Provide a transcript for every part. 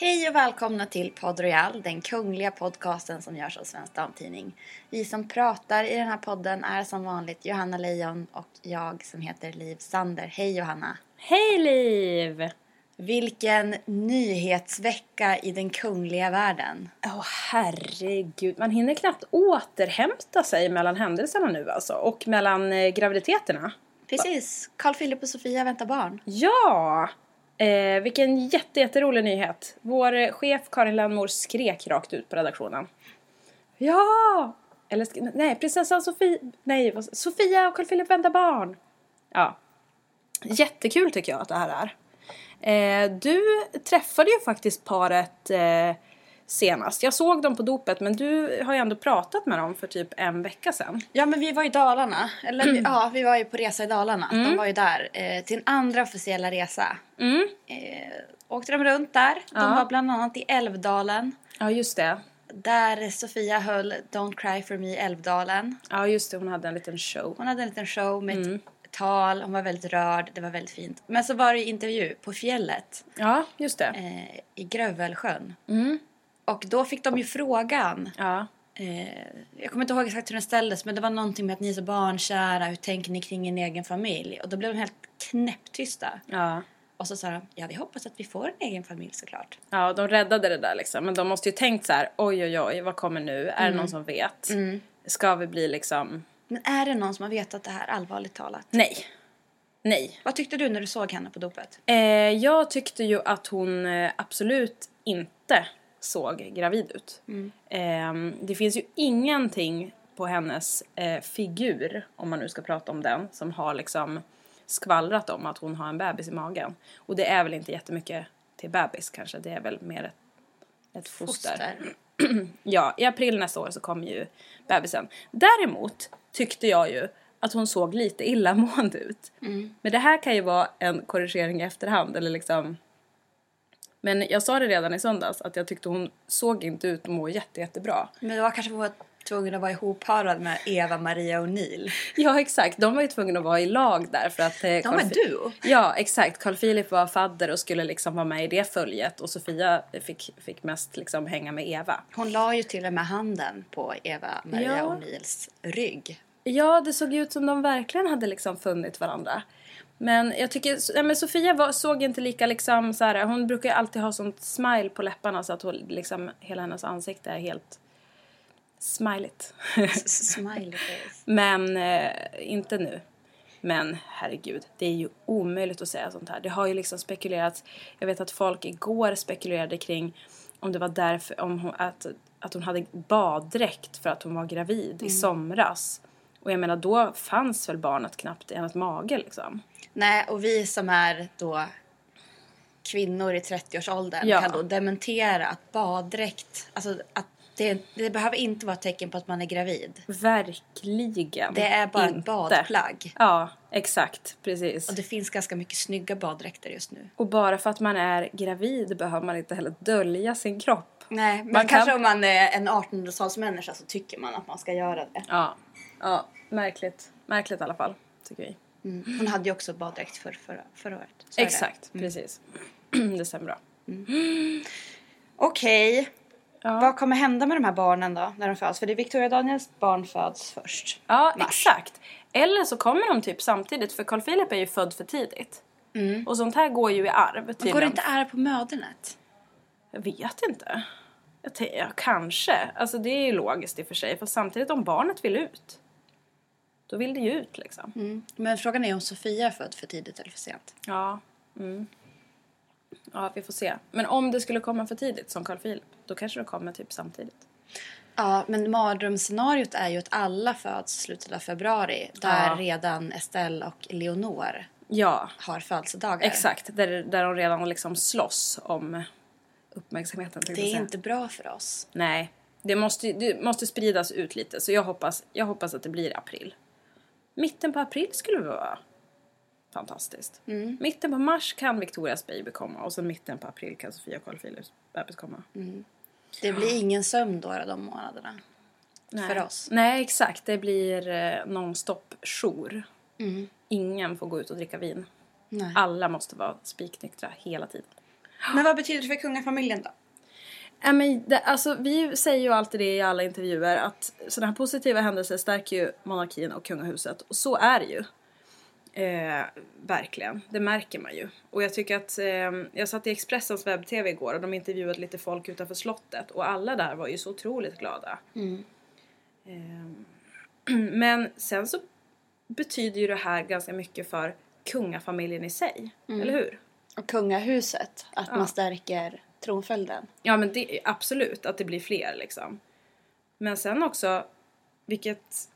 Hej och välkomna till Podd Royal, den kungliga podcasten som görs av Svensk Damtidning. Vi som pratar i den här podden är som vanligt Johanna Lejon och jag som heter Liv Sander. Hej Johanna! Hej Liv! Vilken nyhetsvecka i den kungliga världen. Åh herregud, man hinner knappt återhämta sig mellan händelserna nu alltså och mellan eh, graviditeterna. Precis, Carl Philip och Sofia väntar barn. Ja! Eh, vilken jätte, jätterolig nyhet. Vår eh, chef Karin Landmor skrek rakt ut på redaktionen. Ja! Eller sk- nej, prinsessan Sofia, nej, vad- Sofia och Carl Philip väntar barn. Ja. Jättekul tycker jag att det här är. Eh, du träffade ju faktiskt paret eh, senast. Jag såg dem på dopet men du har ju ändå pratat med dem för typ en vecka sedan. Ja men vi var i Dalarna, eller vi- ja vi var ju på resa i Dalarna. De var ju där, eh, sin andra officiella resa. Mm. Eh, åkte de runt där, de Ja. var bland annat i Älvdalen. Ja, just det. Där Sofia höll Don't Cry For Me Älvdalen. Ja, just det. Hon hade en liten show. Hon hade en liten show med ett tal. Hon var väldigt rörd. Det var väldigt fint. Men så var det ju intervju på fjället Ja, just det. eh, i Grövelsjön. Mm. Och då fick de ju frågan. Ja. Eh, jag kommer inte ihåg exakt hur den ställdes men det var någonting med att ni är så barnkära. Hur tänker ni kring en egen familj? Och då blev de helt knäpptysta. Ja. Och så sa de, ja vi hoppas att vi får en egen familj såklart. Ja, de räddade det där liksom. Men de måste ju tänkt så här, oj oj oj, vad kommer nu? Är det någon som vet? Ska vi bli liksom, Men är det någon som har vetat det här allvarligt talat? nej. Nej. Vad tyckte du när du såg henne på dopet? Eh, jag tyckte ju att hon eh, absolut inte såg gravid ut. Ehm, det finns ju ingenting på hennes eh, figur, om man nu ska prata om den, som har liksom skvallrat om att hon har en bebis i magen. Och det är väl inte jättemycket till bebis kanske, det är väl mer ett, ett foster. Ja, i april nästa år så kommer ju bebisen. Däremot tyckte jag ju att hon såg lite illamående ut. Men det här kan ju vara en korrigering i efterhand eller liksom. Men jag sa det redan i söndags att jag tyckte hon såg inte ut att må jätte, jättebra. Men det var kanske för att vara tvungen att vara ihopparad med Eva Maria O'Neill. Ja, exakt. De var ju tvungna att vara i lag där för att... eh, Carl var en Fi- duo. Ja, exakt. Carl Philip var fadder och skulle liksom vara med i det följet och Sofia fick, fick mest liksom hänga med Eva. Hon la ju till och med handen på Eva Maria Ja. O'Neills rygg. Ja, det såg ut som de verkligen hade liksom funnit varandra. Men jag tycker, nej men Sofia var, såg inte lika liksom så här, hon brukar ju alltid ha sånt smile på läpparna så att hon liksom, hela hennes ansikte är helt smiligt. S- Smiley face. Men eh, inte nu. Men herregud, det är ju omöjligt att säga sånt här. Det har ju liksom spekulerats. Jag vet att folk igår spekulerade kring om det var därför om hon, att, att hon hade baddräkt för att hon var gravid Mm. i somras. Och jag menar, då fanns väl barnet knappt i hennes mage liksom. Nej, och vi som är då kvinnor i 30-årsåldern Ja. kan då dementera att baddräkt, alltså att det, det behöver inte vara ett tecken på att man är gravid. Verkligen Det är bara ett inte. badplagg. Ja, exakt, precis. Och det finns ganska mycket snygga baddräkter just nu. Och bara för att man är gravid behöver man inte heller dölja sin kropp. Nej, men Man kan- kanske om man är en 1800-talsmänniska så tycker man att man ska göra det. Ja. Ja, märkligt. Märkligt i alla fall, tycker vi. Mm. Hon hade ju också baddräkt för, förra, förra året. Så är det. Exakt, Mm. precis. det stämmer bra. Okej. Ja. Vad kommer hända med de här barnen då när de föds? För det är Victoria Daniels barn föds först. Ja, Mars. exakt. Eller så kommer de typ samtidigt, för Carl Philip är ju född för tidigt. Och sånt här Mm. går ju i arv Går det tydligen. inte arv på mödernet? Jag vet inte. Jag tänker, ja, kanske. Alltså det är ju logiskt i och för sig. För samtidigt om barnet vill ut. Då vill det ju ut liksom. Men frågan är om Sofia är född för tidigt eller för sent. Ja. Mm. Ja, vi får se. Men om det skulle komma för tidigt, som Carl Philip, då kanske det kommer typ samtidigt. Ja, men mardrömsscenariot är ju att alla föds i slutet av februari. Där Ja. redan Estelle och Leonor Ja, har födelsedagar. exakt. Där, där de redan liksom slåss om uppmärksamheten. tänkte Det jag är säga. inte bra för oss. Nej, det måste, ju- det måste spridas ut lite. Så jag hoppas, jag hoppas att det blir april. Mitten på april skulle vara fantastiskt. Mm. Mitten på mars kan Victorias baby komma och sen mitten på april kan Sofia och Carl Philips bebis komma. Mm. Det blir ingen sömn då de månaderna. Nej. För oss. Nej, exakt. Det blir eh, nonstop jour. Ingen får gå ut och dricka vin. Mm. Nej. Alla måste vara spiknyktra hela tiden. Men vad betyder det för kungafamiljen då? Ja, men det, alltså, vi säger ju alltid det i alla intervjuer att sådana här positiva händelser stärker ju monarkin och kungahuset. Och så är det ju. Eh, verkligen, det märker man ju. Och jag tycker att, eh, jag satt i Expressens webb-tv igår och de intervjuade lite folk utanför slottet och alla där var ju så otroligt glada. Eh, men sen så betyder ju det här ganska mycket för kungafamiljen i sig, eller hur? Och kungahuset, att man stärker tronföljden. Ja men det, absolut, att det blir fler liksom. Men sen också, vilket...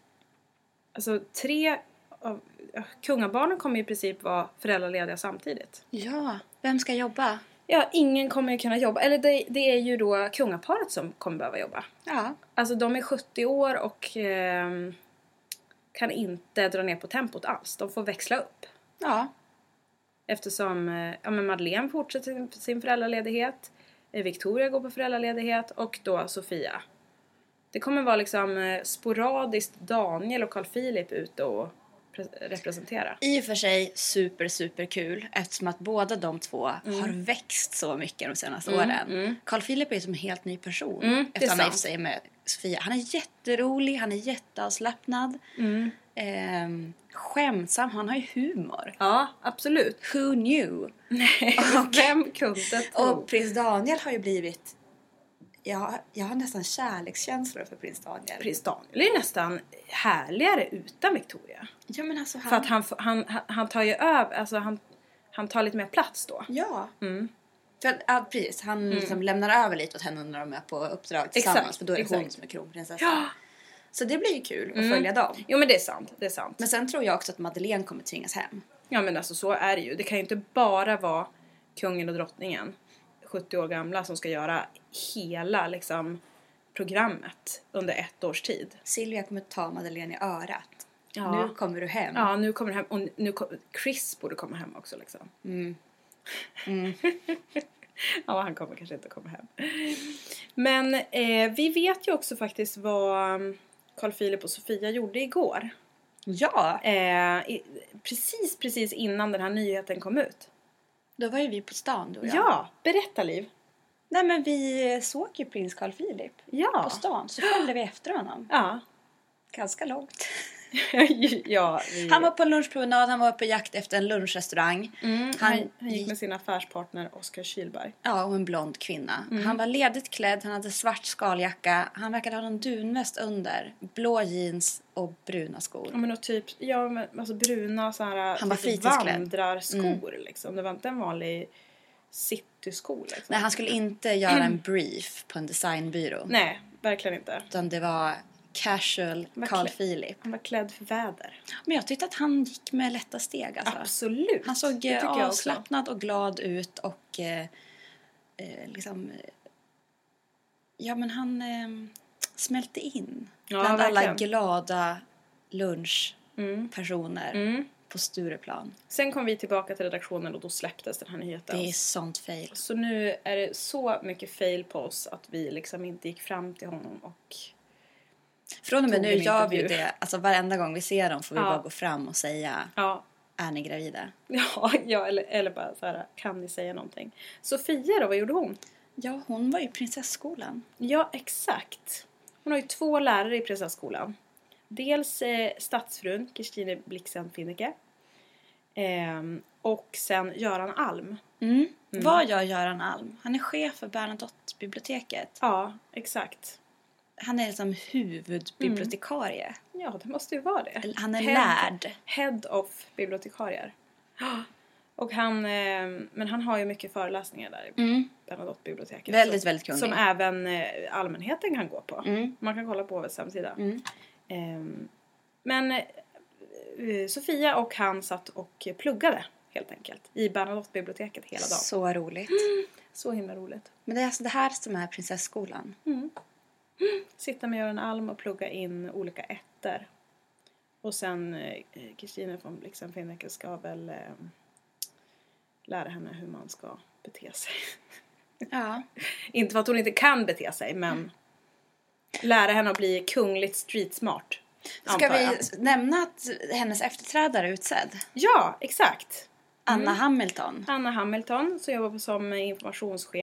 Alltså tre av... ja, Kungabarnen kommer i princip vara föräldralediga samtidigt. Ja, vem ska jobba? Ja, ingen kommer ju kunna jobba. Eller det, det är ju då kungaparet som kommer behöva jobba. Ja, Alltså de är 70 år och ehm, kan inte dra ner på tempot alls. De får växla upp. ja. Eftersom eh, ja, men Madeleine fortsätter sin- sin föräldraledighet, eh, Victoria går på föräldraledighet och då Sofia. Det kommer vara liksom eh, sporadiskt Daniel och Carl Philip ute och pre- representera. I och för sig super, super kul eftersom att båda de två har växt så mycket de senaste åren. Carl Philip är ju som en helt ny person Mm, det är efter han har gift sant. sig med Sofia. Han är jätterolig, han är jätteavslappnad. Ehm, skämtsam, han har ju humor. Ja, absolut. Who knew? Vem kunde tro? Och prins Daniel har ju blivit... Ja, jag har nästan kärlekskänslor för prins Daniel. prins Daniel är ju nästan härligare utan Victoria. Ja, men alltså han... För att han, f- han, han- han tar ju över, alltså han, han tar lite mer plats då. Ja. Mm. För att, ja, precis. Han liksom lämnar över lite åt henne när de är på uppdrag tillsammans. Exakt, För då är det hon exakt. som är kronprinsessa. Ja. Mm. Så det blir ju kul att följa dem. Jo men det är sant, det är sant. Men sen tror jag också att Madeleine kommer tvingas hem. Ja men alltså så är det ju. Det kan ju inte bara vara kungen och drottningen, 70 år gamla, som ska göra hela liksom programmet under ett års tid. Silvia kommer ta Madeleine i örat. Ja. Nu kommer du hem. Ja, nu kommer det hem och nu kom, Chris borde komma hem också liksom. Mm. ja, han kommer kanske inte komma hem. Men eh, vi vet ju också faktiskt vad mm, Carl Philip och Sofia gjorde igår. Ja, Eh, i, precis, precis innan den här nyheten kom ut. Då var ju vi på stan du och Ja, jag. berätta Liv. Nej men vi såg ju prins Carl Philip Ja. på stan. Så följde vi efter honom. Ja. Ganska långt. ja vi... Han var på en lunchpromenad, han var på jakt efter en lunchrestaurang. mm, han, han gick med sin affärspartner Oskar Kylberg. Ja, och en blond kvinna. Han var ledigt klädd, han hade svart skaljacka, han verkade ha någon dunväst under, blå jeans och bruna skor. Ja men och typ, ja men alltså bruna så här var typ fritidsklädd. Mm. vandrarskor liksom. Det var inte en vanlig citysko liksom. Nej, han skulle inte göra en brief på en designbyrå. Nej, verkligen inte. Utan det var casual Vad Carl klä- Philip. Han var klädd för väder. Alltså, Men jag tyckte att han gick med lätta steg alltså. Absolut. Han såg Det eh, tycker jag också. avslappnad och glad ut och eh, eh, liksom... eh, Ja, men han eh, smälte in Ja, bland alla verkligen. glada lunchpersoner Mm. på Stureplan. Sen kom vi tillbaka till redaktionen och då släpptes den här nyheten. Det är sånt fail. Så nu är det så mycket fail på oss att vi liksom inte gick fram till honom och Från och med Tog nu en gör vi ju intervju. det. Alltså varenda gång vi ser dem får vi Ja. bara gå fram och säga ja, är ni gravida? Ja, ja eller, eller bara så här, kan ni säga någonting? Sofia då, vad gjorde hon? Ja, hon var ju i prinsesskolan. Ja, exakt. Hon har ju två lärare i prinsesskolan. Dels eh, statsfrun Kirstine Blixen Finnecke. Ehm, och sen Göran Alm. Mm. Vad gör Göran Alm? Han är chef för Bernadotte-biblioteket. Ja, exakt. Han är liksom huvudbibliotekarie. Ja, det måste ju vara det. Han är Head- lärd. Head of bibliotekarier. Och han, ehm, men han har ju mycket föreläsningar där i Mm. Bernadotte-biblioteket. Väldigt, som- väldigt kunglig. Som även eh, allmänheten kan gå på. Mm. Man kan kolla på HVs hemsida. Mm. Ehm, men eh, eh, Sofia och han satt och pluggade helt enkelt i Bernadotte-biblioteket hela dagen. Så, Så roligt. himla roligt. Men det är alltså det här som är prinsesskolan. Sitta med Göran Alm och plugga in olika ettor. Och sen eh, Kristina von Blixen-Finnecke ska väl eh, lära henne hur man ska bete sig. Ja. inte för att hon inte kan bete sig Mm. men lära henne att bli kungligt streetsmart. Ska antar vi jag. nämna att hennes efterträdare är utsedd? Ja, exakt. Anna Hamilton. Anna Hamilton som jobbar som informationschef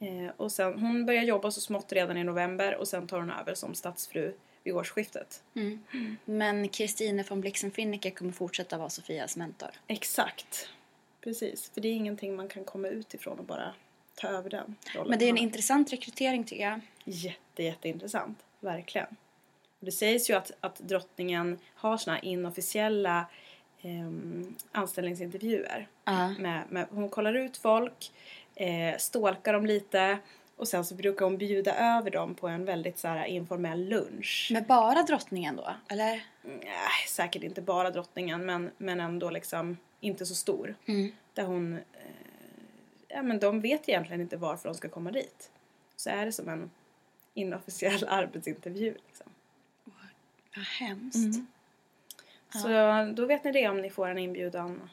Eh, och sen, hon börjar jobba så smått redan i november och sen tar hon över som statsfru vid årsskiftet. Men Kristine von Blixen-Finnecke kommer fortsätta vara Sofias mentor. Exakt. Precis, för det är ingenting man kan komma utifrån och bara ta över den rollen. Men det är en intressant rekrytering tycker jag. Jätte, jätteintressant. Verkligen. Och det sägs ju att, att drottningen har såna här inofficiella ehm, anställningsintervjuer. Med, med, hon kollar ut folk, eh, stalkar dem lite och sen så brukar hon bjuda över dem på en väldigt så här informell lunch. Men bara drottningen då? Eller? Nej, Äh, säkert inte bara drottningen men, men ändå liksom inte så stor. Där hon, eh, ja men de vet egentligen inte varför de ska komma dit. Så är det som en inofficiell arbetsintervju liksom. Vad hemskt. Så då vet ni det om ni får en inbjudan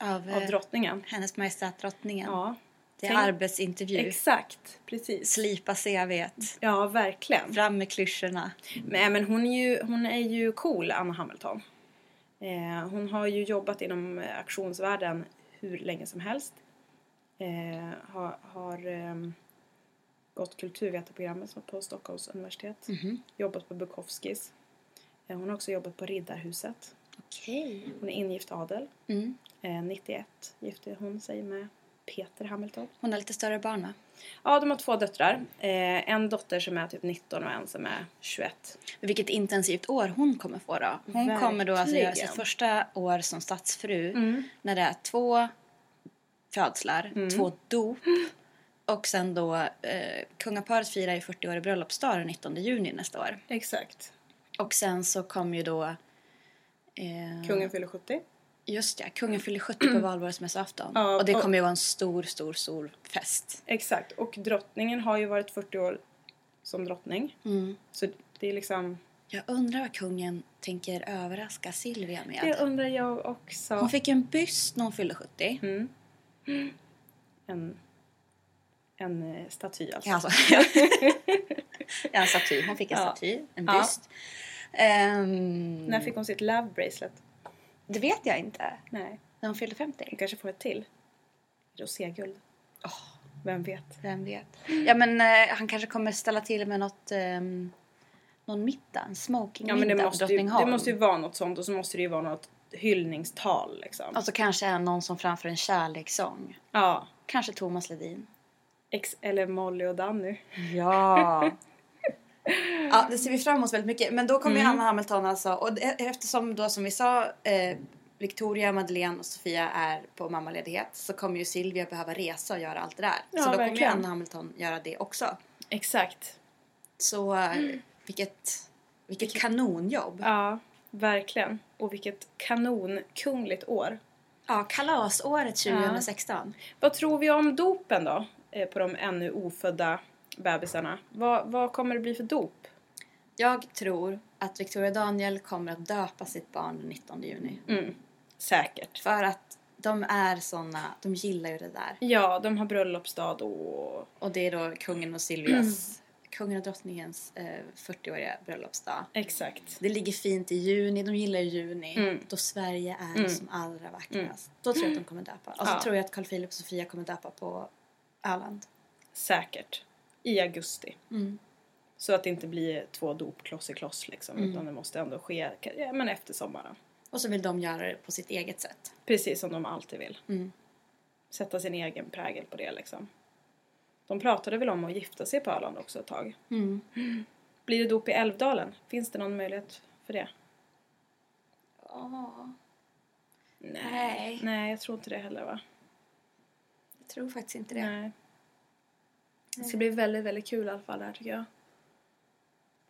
Av, av eh, drottningen. Hennes Majestät drottningen. Ja. det är tänk- arbetsintervju. Exakt, precis. Slipa CVt. Ja, verkligen. Fram med klyschorna. Nej men hon är ju, hon är ju cool, Anna Hamilton. Eh, hon har ju jobbat inom eh, auktionsvärlden hur länge som helst. Eh, har har ehm, gått kulturvetarprogrammet som- på Stockholms universitet. Jobbat på Bukowskis. Eh, hon har också jobbat på Riddarhuset. Okej. Hon är ingift adel. Eh, 91 gifte hon sig med Peter Hamilton. Hon har lite större barn va? Ja, de har två döttrar. Eh, en dotter som är typ 19 och en som är 21. Men Vilket intensivt år hon kommer få då. Hon kommer då alltså göra Verkligen. sitt första år som statsfru Mm. när det är två födslar, två dop och sen då eh, kungaparet firar ju 40 år i bröllopsdag den 19 juni nästa år. Exakt. Och sen så kommer ju då eh, Kungen fyller 70. just ja, kungen fyller 70 på valborgsmässoafton Ja, och det och- kommer ju vara en stor, stor, stor fest. Exakt. Och drottningen har ju varit 40 år som drottning. Mm. Så det är liksom... Jag undrar vad kungen tänker överraska Silvia med. Det undrar jag också. Hon fick ju en byst när hon fyllde 70. en, en eh, staty alltså. Ja, Alltså, ja, en staty. Hon fick en Ja. staty, en Ja. byst. Ehm, När fick hon sitt love bracelet? det vet jag inte. Nej. När hon fyllde Hon 50. kanske får ett till. Roséguld. Vem vet? Vem vet. Ja, men eh, han kanske kommer ställa till med något, ehm, någon middag. En Ja, men smokingmiddag det på måste, ju, det Drottningholm. måste ju vara något sånt och så måste det ju vara något hyllningstal liksom. Och så kanske är någon som framför en kärlekssång. Ja. Kanske Thomas Ledin. Ex, eller Molly och Danny. Ja. ja, det ser vi fram emot väldigt mycket. Men då kommer ju Anna Hamilton alltså. Och e- eftersom då som vi sa eh, Victoria, Madeleine och Sofia är på mammaledighet så kommer ju Silvia behöva resa och göra allt det där. Ja, så då kommer ju verkligen. Anna Hamilton göra det också. Exakt. Så eh, vilket, vilket kanonjobb. Ja. Ja, verkligen. Och vilket kanonkungligt år. kalasåret 2016. Vad tror vi om dopen då? eh, På de ännu ofödda bebisarna. Vad, vad kommer det bli för dop? Jag tror att Victoria Daniel kommer att döpa sitt barn den 19 juni. Säkert. För att de är såna, de gillar ju det där. Ja, de har bröllopsdag då. Och det är då kungen och Silvias, kungen och drottningens eh, 40-åriga bröllopsdag. Exakt. Det ligger fint i juni, de gillar ju juni. Då Sverige är som allra vackrast. Då tror jag att de kommer döpa. Och så Ja. tror jag att Carl Philip och Sofia kommer döpa på Öland. Säkert. I augusti. Så att det inte blir två dop kloss i kloss liksom. Utan det måste ändå ske ja, men efter sommaren. Och så vill de göra det på sitt eget sätt. Precis som de alltid vill. Sätta sin egen prägel på det liksom. De pratade väl om att gifta sig på Öland också ett tag. Mm. Blir det dop i Älvdalen? Finns det någon möjlighet för det? Ja, Nej. Nej, jag tror inte det heller va? jag tror faktiskt inte det. Nej. Det ska bli väldigt, väldigt kul i alla fall där tycker jag.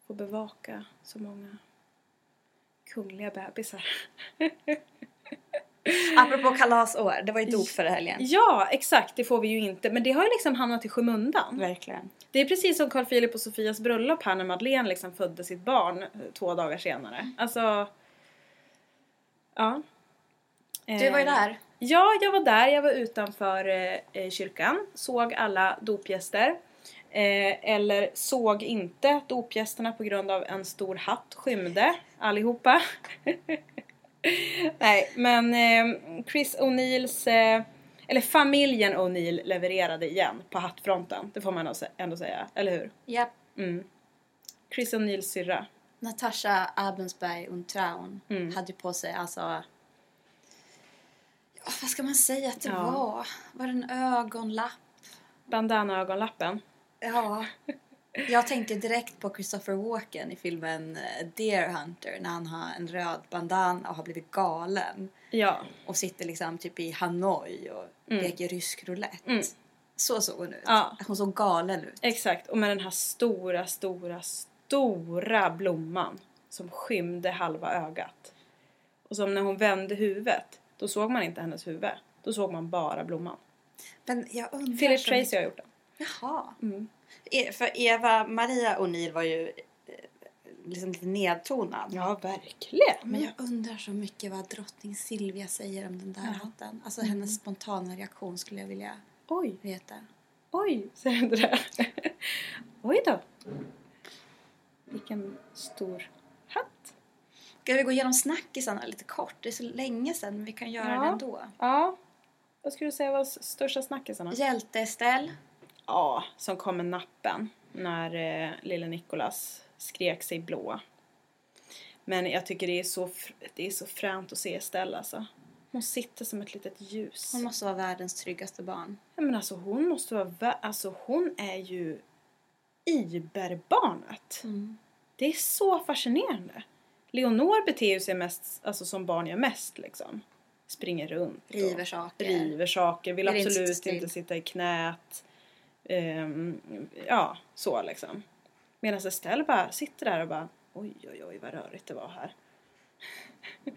Få bevaka så många kungliga bebisar. Apropå kalasår, det var ju dop förra helgen. Ja, exakt. Det får vi ju inte. Men det har ju liksom hamnat i skymundan. Verkligen. Det är precis som Carl Philip och Sofias bröllop här när Madeleine liksom födde sitt barn eh, två dagar senare. Mm. Alltså... Ja. Du var ju Eh, där. Ja, jag var där. Jag var utanför eh, eh, kyrkan. Såg alla dopgäster. Eh, eller såg inte dopgästerna på grund av en stor hatt skymde allihopa. Nej, men eh, Chris O'Neills, eh, eller familjen O'Neill levererade igen på hattfronten. Det får man alltså ändå säga, eller hur? Mm. Japp. Chris O'Neills syrra. Natasha Abensberg und Traun Mm. hade ju på sig alltså... Ja, vad ska man säga att det Ja. var? Var det en ögonlapp? Bandana-ögonlappen. Ja. Jag tänkte direkt på Christopher Walken i filmen eh, Deer Hunter när han har en röd bandana och har blivit galen Ja, och sitter liksom typ i Hanoi och leker rysk roulette. Så såg hon ut. Mm. Ja. Hon såg galen ut. Exakt, och med den här stora, stora, stora blomman som skymde halva ögat. Och som när hon vände huvudet, då såg man inte hennes huvud. Då såg man bara blomman. Men jag undrar... Philip så Tracy har gjort den. Jaha. E- För Eva Maria O'Neill var ju eh, liksom lite nedtonad. Ja, verkligen. Men jag undrar så mycket vad drottning Silvia säger om den där hatten. Alltså hennes spontana reaktion skulle jag vilja Oj, veta. oj, säger du det? oj då. Vilken stor hatt. Ska vi gå igenom snackisarna lite kort? Det är så länge sedan men vi kan göra Ja. det ändå. Ja. Vad skulle du säga var s- största snackisarna? Hjälte-Estelle. Ja, som kom med nappen när eh, lille Nikolas skrek sig blå. Men jag tycker det är så, fr- det är så fränt att se Estelle alltså. Hon sitter som ett litet ljus. Hon måste vara världens tryggaste barn. Ja, men alltså hon måste vara vä- alltså hon är ju iberbarnet. Mm. Det är så fascinerande. Leonor beter sig mest, alltså som barn gör mest liksom. Springer runt. och River saker. River saker, vill Vill inte absolut sitta still. inte sitta i knät. Ehm, ja, så liksom. Medan Estelle bara sitter där och bara oj oj oj vad rörigt det var här.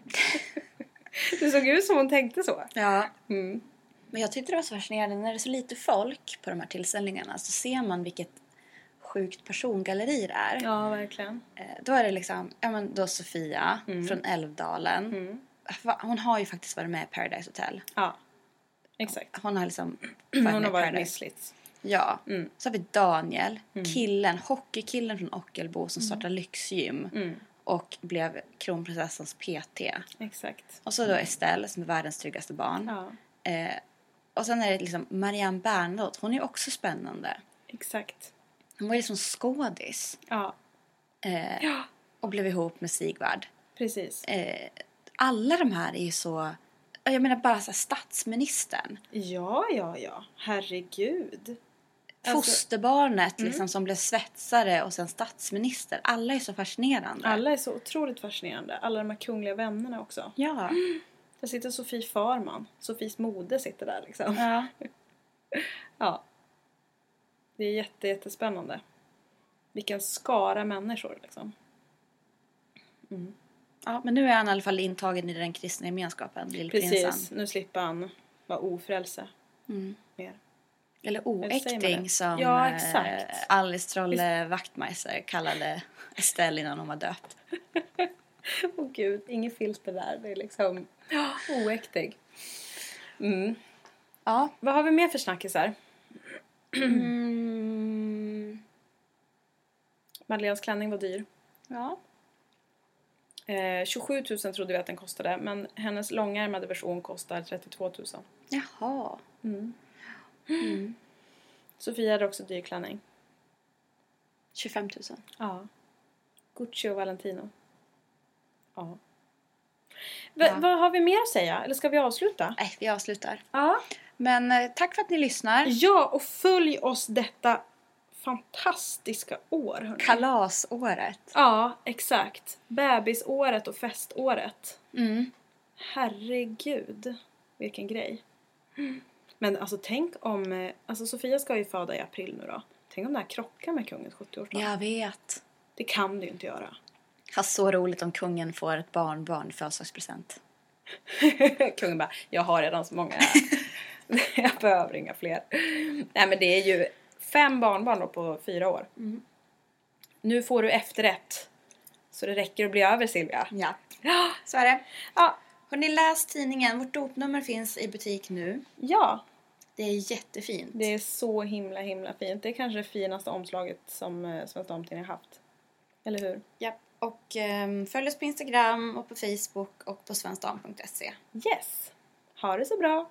det såg ut som hon tänkte så. Ja. Mm. Men jag tyckte det var så fascinerande. När det är så lite folk på de här tillställningarna så ser man vilket sjukt persongalleri det är. Ja, verkligen. Eh, Då är det liksom, ja men då Sofia Mm. från Älvdalen. Eh, Va- Hon har ju faktiskt varit med i Paradise Hotel. Ja, exakt. Hon har liksom varit Hon med har i varit Paradise. missligt. Mm. Ja. Så har vi Daniel, killen, hockeykillen från Ockelbo som Mm. startade lyxgym. Och blev kronprinsessans PT. Exakt. Och så då Estelle som är världens tryggaste barn. Mm. Ja, Eh, och sen är det liksom Marianne Bernadotte, hon är ju också spännande. exakt. Hon var ju liksom skådis Ja, eh, och blev ihop med Sigvard. precis. Eh, alla de här är ju så, jag menar bara så här, statsministern, Ja, ja, ja. Herregud. Alltså- Mm. fosterbarnet liksom som blev svetsare och sen statsminister. Alla är så fascinerande. Alla är så otroligt fascinerande. Alla de här kungliga vännerna också. Ja. Där sitter Sofie Farman. Sofies moder sitter där liksom. ja. Ja. Det är jätte, jättespännande. Vilken skara människor liksom. Ja, men nu är han i alla fall intagen i den kristna gemenskapen, Precis. lillprinsen. Mm. Nu slipper han vara ofrälse. Mer. Eller Eller säger man oäkting det? som Ja, eh, exakt. Alice Trolle Wachtmeister kallade Estelle innan hon var döpt. Åh gud, inget filter där. Det är liksom oäktig. Mm. Ja. Vad har vi mer för snackisar? Mm. Madeleines klänning var dyr. Ja. Eh, 27 000 trodde vi att den kostade, men hennes långärmade version kostar 32 000. Jaha. Sofia hade också dyr klänning. 25 000. Ja. Gucci och Valentino. Ja. Va, Ja. Vad har vi mer att säga? Eller ska vi avsluta? Nej, vi avslutar. Ja. Men eh, tack för att ni lyssnar. Ja, och följ oss detta fantastiska år. hörni. Kalasåret. Ja, exakt. Bebisåret och feståret. Herregud, vilken grej. Men alltså tänk om, eh, alltså Sofia ska ju föda i april nu då. Tänk om det här krockar med kungens 70-årsdag. Jag vet. Det kan det ju inte göra. Ha så roligt om kungen får ett barnbarn i födelsedagspresent. Kungen bara, jag har redan så många. jag behöver inga fler. Nej men det är ju fem barnbarn då på fyra år. Nu får du efterrätt. Så det räcker att bli över Silvia. Ja. Så är det. Ja, Har ni läst tidningen? Vårt dopnummer finns i butik nu. ja. Det är jättefint. Det är så himla himla fint. Det är kanske det finaste omslaget som eh, Svensk Damtidning har haft. Eller hur? Ja. Och ehm, följ oss på Instagram och på Facebook och på svenskdam.se. Yes! Ha det så bra!